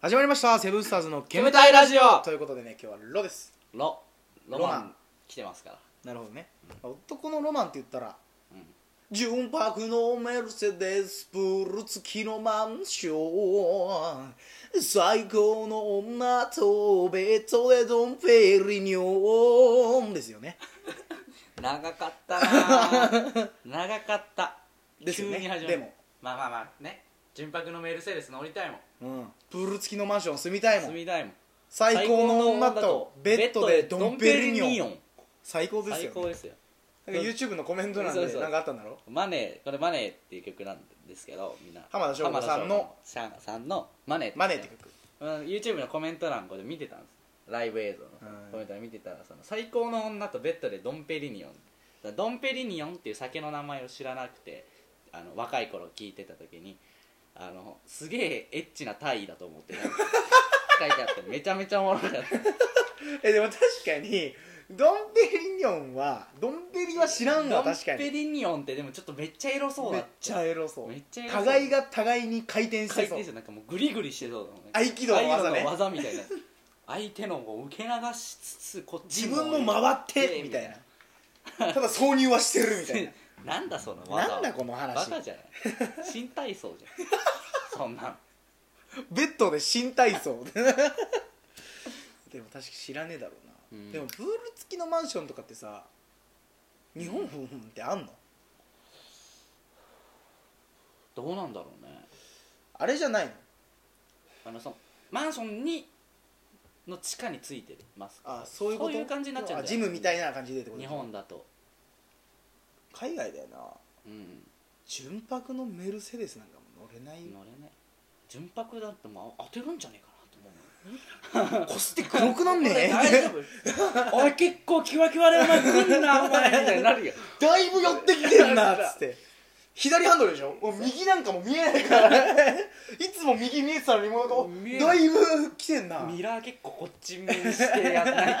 始まりましたセブンスターズの煙たいラジオということでね今日はロですロロロママンン来てますからなるほどね、男のロマンって言ったらうん「純白のメルセデスプール付きのマンション」「最高の女とベッドでドンペリニョン」ですよね長かっ たな長かったですよね急に始までるもまあまあまあね純白のメルセデス乗りたいもんうん、プール付きのマンション住みたいも住んみたいもん最高の女とベッドでドンペリニョンン最高です最よ、高ね、ですよなんか YouTube のコメント欄そうでそう何かあったんだろマネーこれ「マネー」っていう曲なんですけどみんな浜田省吾さんの浜田省吾さんの「マネー」マネーって曲うん YouTube のコメント欄これ見てたんですライブ映像のうんコメント欄見てたらその最高の女とベッドでドンペリニオンだからドンペリニオンっていう酒の名前を知らなくてあの若い頃聞いてた時にあのすげえエッチな体位だと思ってた書いてあってめちゃめちゃおもろかった えでも確かにドンペリニョンはドンペリは知らんわドン確かペにリニオンってでもちょっとめっちゃエロそうめだっちゃエロそうめっちゃエロそう互いが互いに回転して回そう転してなんかもうグリグリしてそうだもんね合気道の技ね合気道の技みたいな相手のを受け流しつつこっち自分も回ってみたいなただ挿入はしてるみ たいななんだその技なんだこのバ話カじゃない新体操じ ゃんそんなんベッドで新体操 でも確か知らねえだろうな、うんでもプール付きのマンションとかってさ日本ふんふんってあんのどうなんだろうねあれじゃないのあのそのマンションにの地下についてるマスクあそういうことそういう感じになっちゃうんあじジゃないムみたいな感じでってこと日本だと海外だよなうん純白のメルセデスなんかも乗れないよ乗れない純白だってもうあ当てるんじゃねえかなと思うこすって黒くなんねえ大丈夫おい結構キワキワでお前来んなお前みたいになるよ だいぶ寄ってきてんなっつって左ハンドルでしょもう右なんかも見えないからいつも右見えてたのにもうこう見えなだいいぶ来てんなミラー結構こっち面してやんな い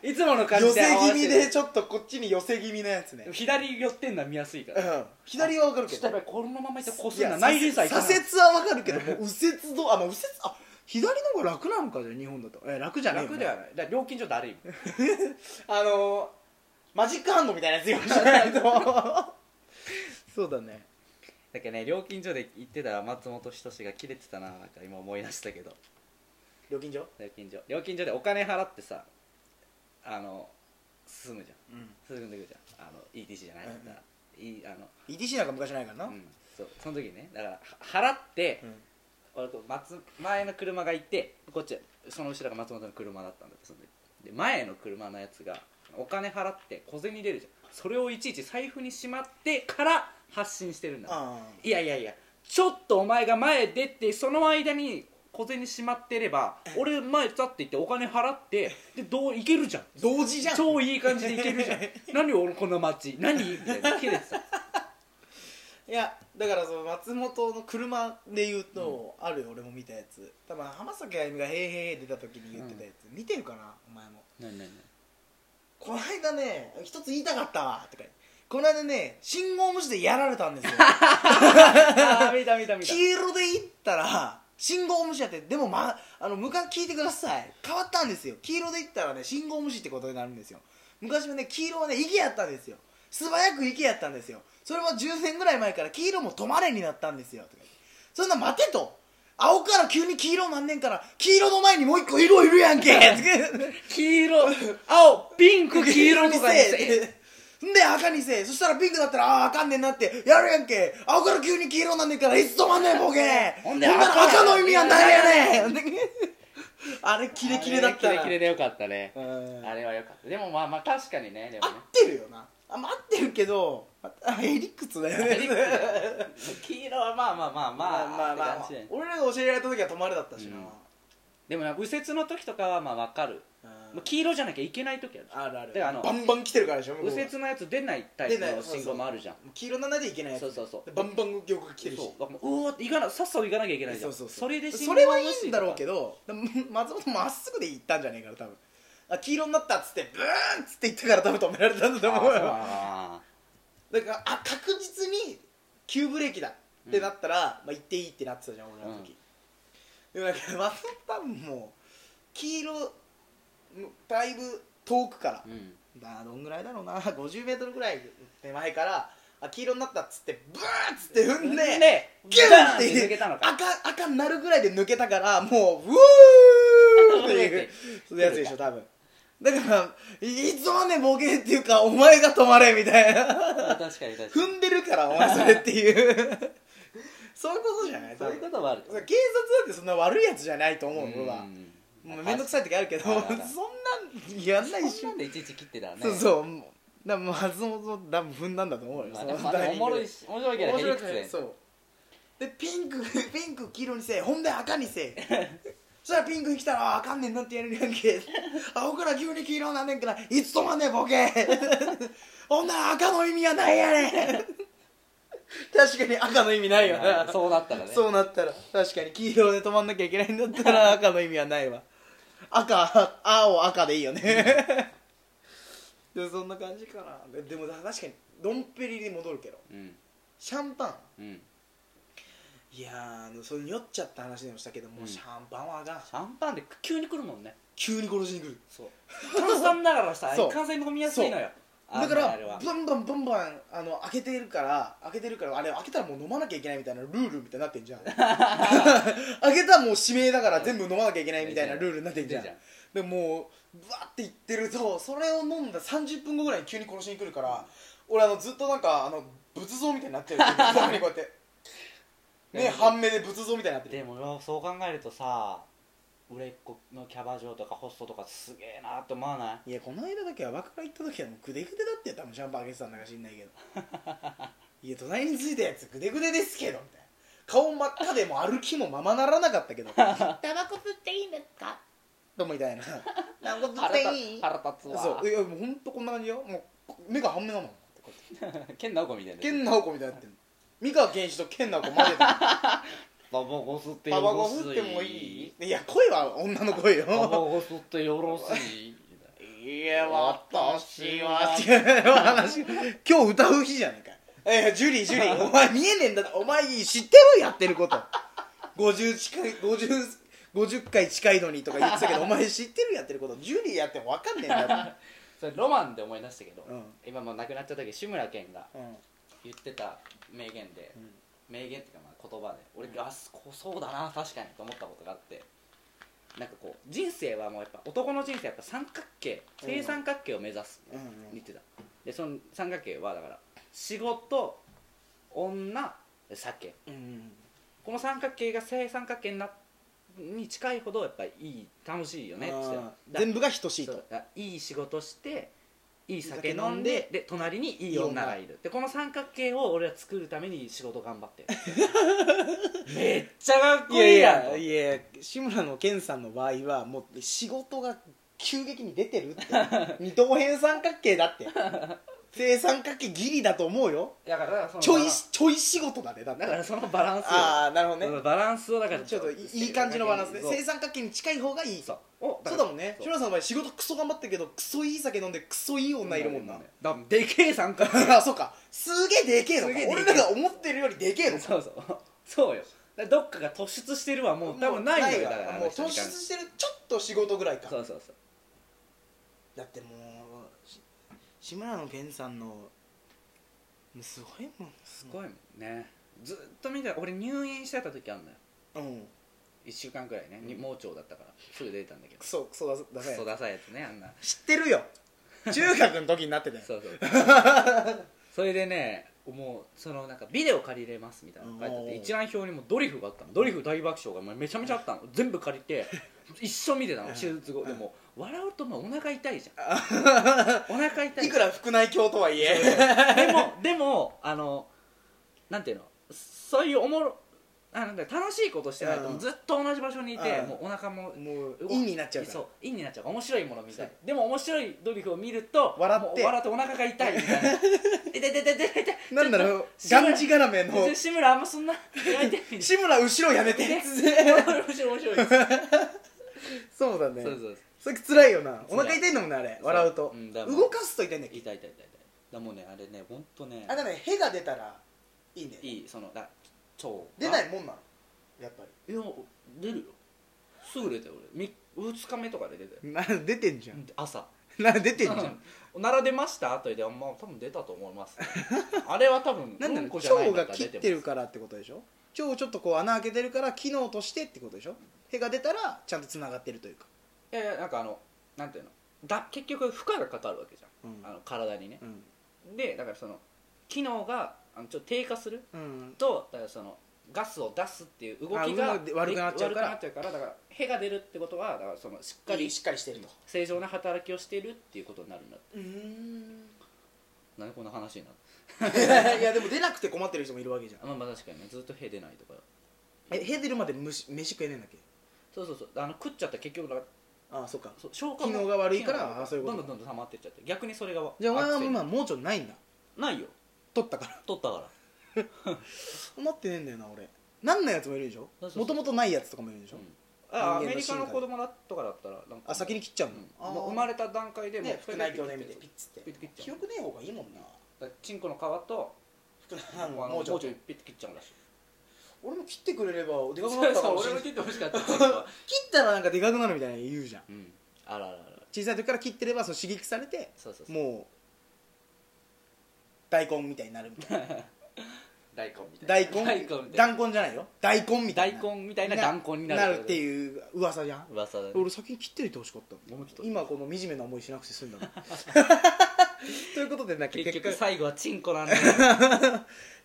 といつもの感寄じでせ合わ気味せてでちょっとこっちに寄せ気味なやつね左寄ってんのは見やすいかうらん左はわかるけ下どやっぱりこのままいったらこすいんやな内輪差左いかない折はわかるけどもう右折どあまあ右折あ左の方が楽なのかじゃあ日本だとえ楽じゃない楽ではないだから料金所だるいもんあのー、マジックハンドみたいなやつ用意しないと そうだねだけどね料金所で行ってたら松本人志が切れてたななんか今思い出したけど料金所料金所料金所でお金払ってさあの進むじゃうんん進んでくるじゃんあの ETC じゃないうんうんだからいいあの ETC なんか昔ないからな、うんそうその時ねだからは払って、うん俺こう松前の車がいてこっちその後ろが松本の車だったんだけどその時で前の車のやつがお金払って小銭入れるじゃんそれをいちいち財布にしまってから発信してるんだあいやいやいやちょっとお前が前出てその間に小銭しまってれば俺前立って行ってお金払ってでどういけるじゃんー同時じゃん超いい感じでいけ るじゃん何俺この街何みたいな切れてたいやだからその松本の車で言うと、あるよ俺も見たやつ多分浜崎あゆみが「へーへーへー出た時に言ってたやつ、見てるかなお前も何何この間ね一つ言いたかったわとか言ってこの間ね信号無視でやられたんですよ 何あー見た見た見た黄色で行ったら信号無視やってでも、ま、あの昔聞いてください変わったんですよ黄色で行ったらね信号無視ってことになるんですよ昔はね黄色はね池やったんですよ素早く池やったんですよそれは10年ぐらい前から黄色も止まれになったんですよとか言ってそんな待てと青から急に黄色なんねんから黄色の前にもう一個色いるやんけとか言って黄色青ピンク黄色とかにせせんで赤にせえそしたらピンクだったらあああかんねんなってやるやんけ青から急に黄色なんねんからいつ止まんねんボケほほんんでなら赤赤の意味は何やね んあれキレキレだったキレなキレでよかったねうんあれはよかったでもまあまあ確かにねで合もねってるよなあまあ合ってるけどああへりくつだよねヘリク黄色はまあまあまあまあまあまあまってあ感じだよね俺らが教えられた時は止まれだったしなうんでもな右折の時とかはまあわかるうん黄色じゃなきゃいけない時あるあるあるであのバンバン来てるからでしょ向こう右折のやつ出ないタイプの信号もあるじゃん黄色なんないといけないやつそうそうそうでバンバン業界来てるしそうだからもううわって行かなさっさと行かなきゃいけないじゃんそうそうそうそれで信そ号れはいいんだろうどけど でも松本まっすぐで行ったんじゃねえから多分あ黄色になったっつってブーンっつって行ったから多分止められたんだと思うよだからあ確実に急ブレーキだってなったら、まあ、行っていいってなってたじゃん俺らの時、でもなんか松本多分もう黄色だいぶ遠くからうんまあどんぐらいだろうな5 0ルぐらい手前からあ黄色になったっつってブーッつって踏んで、ギュンっギュンってて抜けたのか赤赤になるぐらいで抜けたからもうううー っていうそういうやつでしょ多分だからいいつもねボケっていうかお前が止まれみたいな 確かに確かに踏んでるからお前それっていうそういうことじゃない多そう分いうことはある警察だってそんな悪いやつじゃないと思うのはもうめんどくさい時あるけどそんあなるあるんやんないいしそんなんでいちいち切ってたらねそうそうもうだからもう松本多分踏んだんだと思うよまあそでのもまあでもタイミおングもろでいし面白いけど面白へいりくつからでそうでピンク ピンク黄色にせえほんで赤にせえ そしたらピンクに来たらああかんねんなってやれるやんけ青から急に黄色なんねんからいつ止まんねんボ ケほんなら赤の意味はないやねん 確かに赤の意味ないよなそうなったら ねそうなったら確かに黄色で止まんなきゃいけないんだった ら赤の意味はないわ赤青赤でいいよねでそんな感じかなででも確かにドンペリに戻るけどうんシャンパンうんいやーあのそれ酔っちゃった話でもしたけども、うんシャンパンはあかんシャンパンで急に来るもんね急に殺しに来るそう炭酸だからさそういかんせん飲みやすいのよだかあれらはバンバンバンバンあの開けてるから開けてるからあれ開けたらもう飲まなきゃいけないみたいなルールみたいになってんじゃ ん開けたらもう指名だから全部飲まなきゃいけないみたいなルールになってんじゃんでもうぶわっていってるとそれを飲んだ30分後ぐらいに急に殺しに来るから俺あのずっとなんかあの仏像みたいになって るこうやって目ね半目で仏像みたいになってるでもよそう考えるとさ売れっ子のキャバ嬢とかホストとかすげえなって思わないいやこの間だけはバカから行った時はもうグデグデだってよ多分シャンパンあげてたんだか知んない けどいや隣についたやつグデグデですけどみたいな顔真っ赤でもう歩きもままならなかった けどタバコ吸っていいんですかとみたいなタバコ吸っ腹て立いい腹立つわそういやもうほんとこんな感じよもう目が半目なの剣直子みたいな健直子みたいになってる三河健一と健直子混ぜ てるババゴ吸ってタバコ吸ってもいいいや声は女の声ババよゴ吸ってよろし いいや私はっていう話今日歌う日じゃねえかいやジュリージュリー お前見えねえんだお前知ってろやってること50近い50 50回近いのにとか言ってたけどお前知ってるやってることジュリーやっても分かんねえんだよそれロマンで思い出したけど、うん今もう亡くなっちゃったけど志村けんがうん言ってた名言で、うん名言っていうかまあ言葉で俺、あこうそうだな確かにと思ったことがあってなんかこう人生はもうやっぱ男の人生はやっぱ三角形正三角形を目指す、うん言ってたでその三角形はだから仕事女酒うんうんこの三角形が正三角形になに近いほどやっぱいい楽しいよねっつってあーだ全部が等しいそうとだいい仕事していい酒いい酒飲飲んんででで隣にいい女がいるでこの三角形を俺は作るために仕事頑 張ってるめっちゃかっこいいいやんやいやいや志村の健さんの場合はもう仕事が急激に出てるって二等辺三角形だ って正三角形ギリだと思うよだからそのちょいちょい仕事だねだってだからそのバランスをああなるほどね、うんバランスをだからちょっといいい感じのバランスねそう正三角形に近い方がいいそうそうおだからもんねそう志村さんの場合仕事クソ頑張ってるけどクソいい酒飲んでクソいい女いるもんな、だからでけえ三角形 あそうかすげえでけえのすげえかでけえ俺らが思ってるよりでけえのかそうそうそうよだからどっかが突出してるはもう多分ないのよだからあもうの人突に出関してしてるちょっと仕事ぐらいかそうそうそうだってもうし志村の健さんのもうすごいもんすすごいもんねずっと見てた俺入院してた時あんのようん1週間くらいねに盲腸だったからすぐ出たんだけどクソクソだださいクソダサいやつねあんな知ってるよ中学の時になってたよそうそう それでねもうそのなんかビデオ借りれますみたいなの書いてあっおてー一覧表にもドリフがあったのドリフ大爆笑がもうめちゃめちゃあったの全部借 りて一生見てたのうん手術後うんでも笑うともうお腹痛いじ ゃんお腹痛いいくら腹内鏡とはいえでもでもあのなんていうのそういうおもろあなんか楽しいことしてないとうんずっと同じ場所にいてうんもうお腹ももう動く陰になっちゃうからそう陰になっちゃうから面白いもの見たいでも面白いドリフを見ると笑ってもう笑ってお腹が痛いみ たいな「でででででででなんだろうちょっとがんじがらめの志村あんまそんなやりたいみたい志村後ろやめてな面白い面白いそう そうだねそうそうそれ辛いよな辛おい腹痛いんだもんねあれ笑うとうんだから動かすと痛いんだっ痛けい痛い痛い痛いだもうねあれね本当ねあだからねへが出たらいいねいいそのだ腸が出ないもんなのやっぱりいや出るよすぐ出たよ俺2日目とかで出たよな出てんじゃん朝な出てんじゃんうん並出ましたと言って、まあ、多分出たと思います、あれは多分なんだうろうこじゃない腸んがだったら切出ってるますからってことでしょ腸ちょっとこう穴開けてるから機能としてってことでしょ手が出たらちゃんとつながってるというか、いやいやなんかあのなんていうのだ結局負荷がかかるわけじうゃんんあの体にねう、んでだからその機能があのちょっと低下するうん、とだからそのガスを出すっていう動あきが動きが悪くなっちゃうから悪くなっちゃうからだから屁が出るってことはだからそのしっかりしっかりしてると正常な働きをしているっていうことになるんだうーんなんでこんな話になるいやでも出なくて困ってる人もいるわけじゃんあまあまあ確かにねずっと屁出ないとかえ屁出るまで虫飯食えねえんだっけそうそうそうあの食っちゃったら結局だからああそっかそう消化も機能が悪いから機能が悪あそういうことどんどんどんどん溜まってっちゃって逆にそれがじゃあお前は悪性今盲腸ないんだないよ取ったから取ったから思ってねえんだよな俺なんないやつもいるでしょそうそうそうもともとないやつとかもいるでしょ、うん人間あアのメリカの進化で子供だとかだったらなんかあ先に切っちゃううのん、あーもう生まれた段階でもうね二人副だ内け鏡で見切っててピッつってピッて切っちゃう記憶ねえ方がいいもんなだからチンコの皮と副内あ鏡の盲盲腸腸一ピッて切っちゃうんだし俺も切ってくれればでかくそなっうたかそうもしれ俺なもい切ってほしかった切ったらなんかでかくなるみたいなの言うじゃんうんあらあらあら小さい時から切ってればそう刺激されてそうそうそうもう大根みたいになるみたいな大根みたい大な根大根みたいな断根じゃないよ大根みたいな大根みたいな断根になるなるっていう噂じゃん噂だね俺先に切っておいてほしかった思い切った今この惨めな思いしなくて済んだの ということでなんか結結局局最後はチンコなんだよ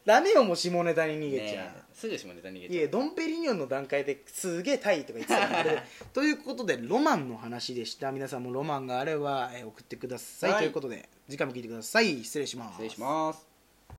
ダメよもう下ネタに逃げちゃねえすぐ下ネタ逃げうちいゃうやドンペリニョンの段階ですげえタイとか言ってたん でということでロマンの話でした皆さんもロマンがあればえー送ってください、はいということで次回も聞いてください失礼します失礼します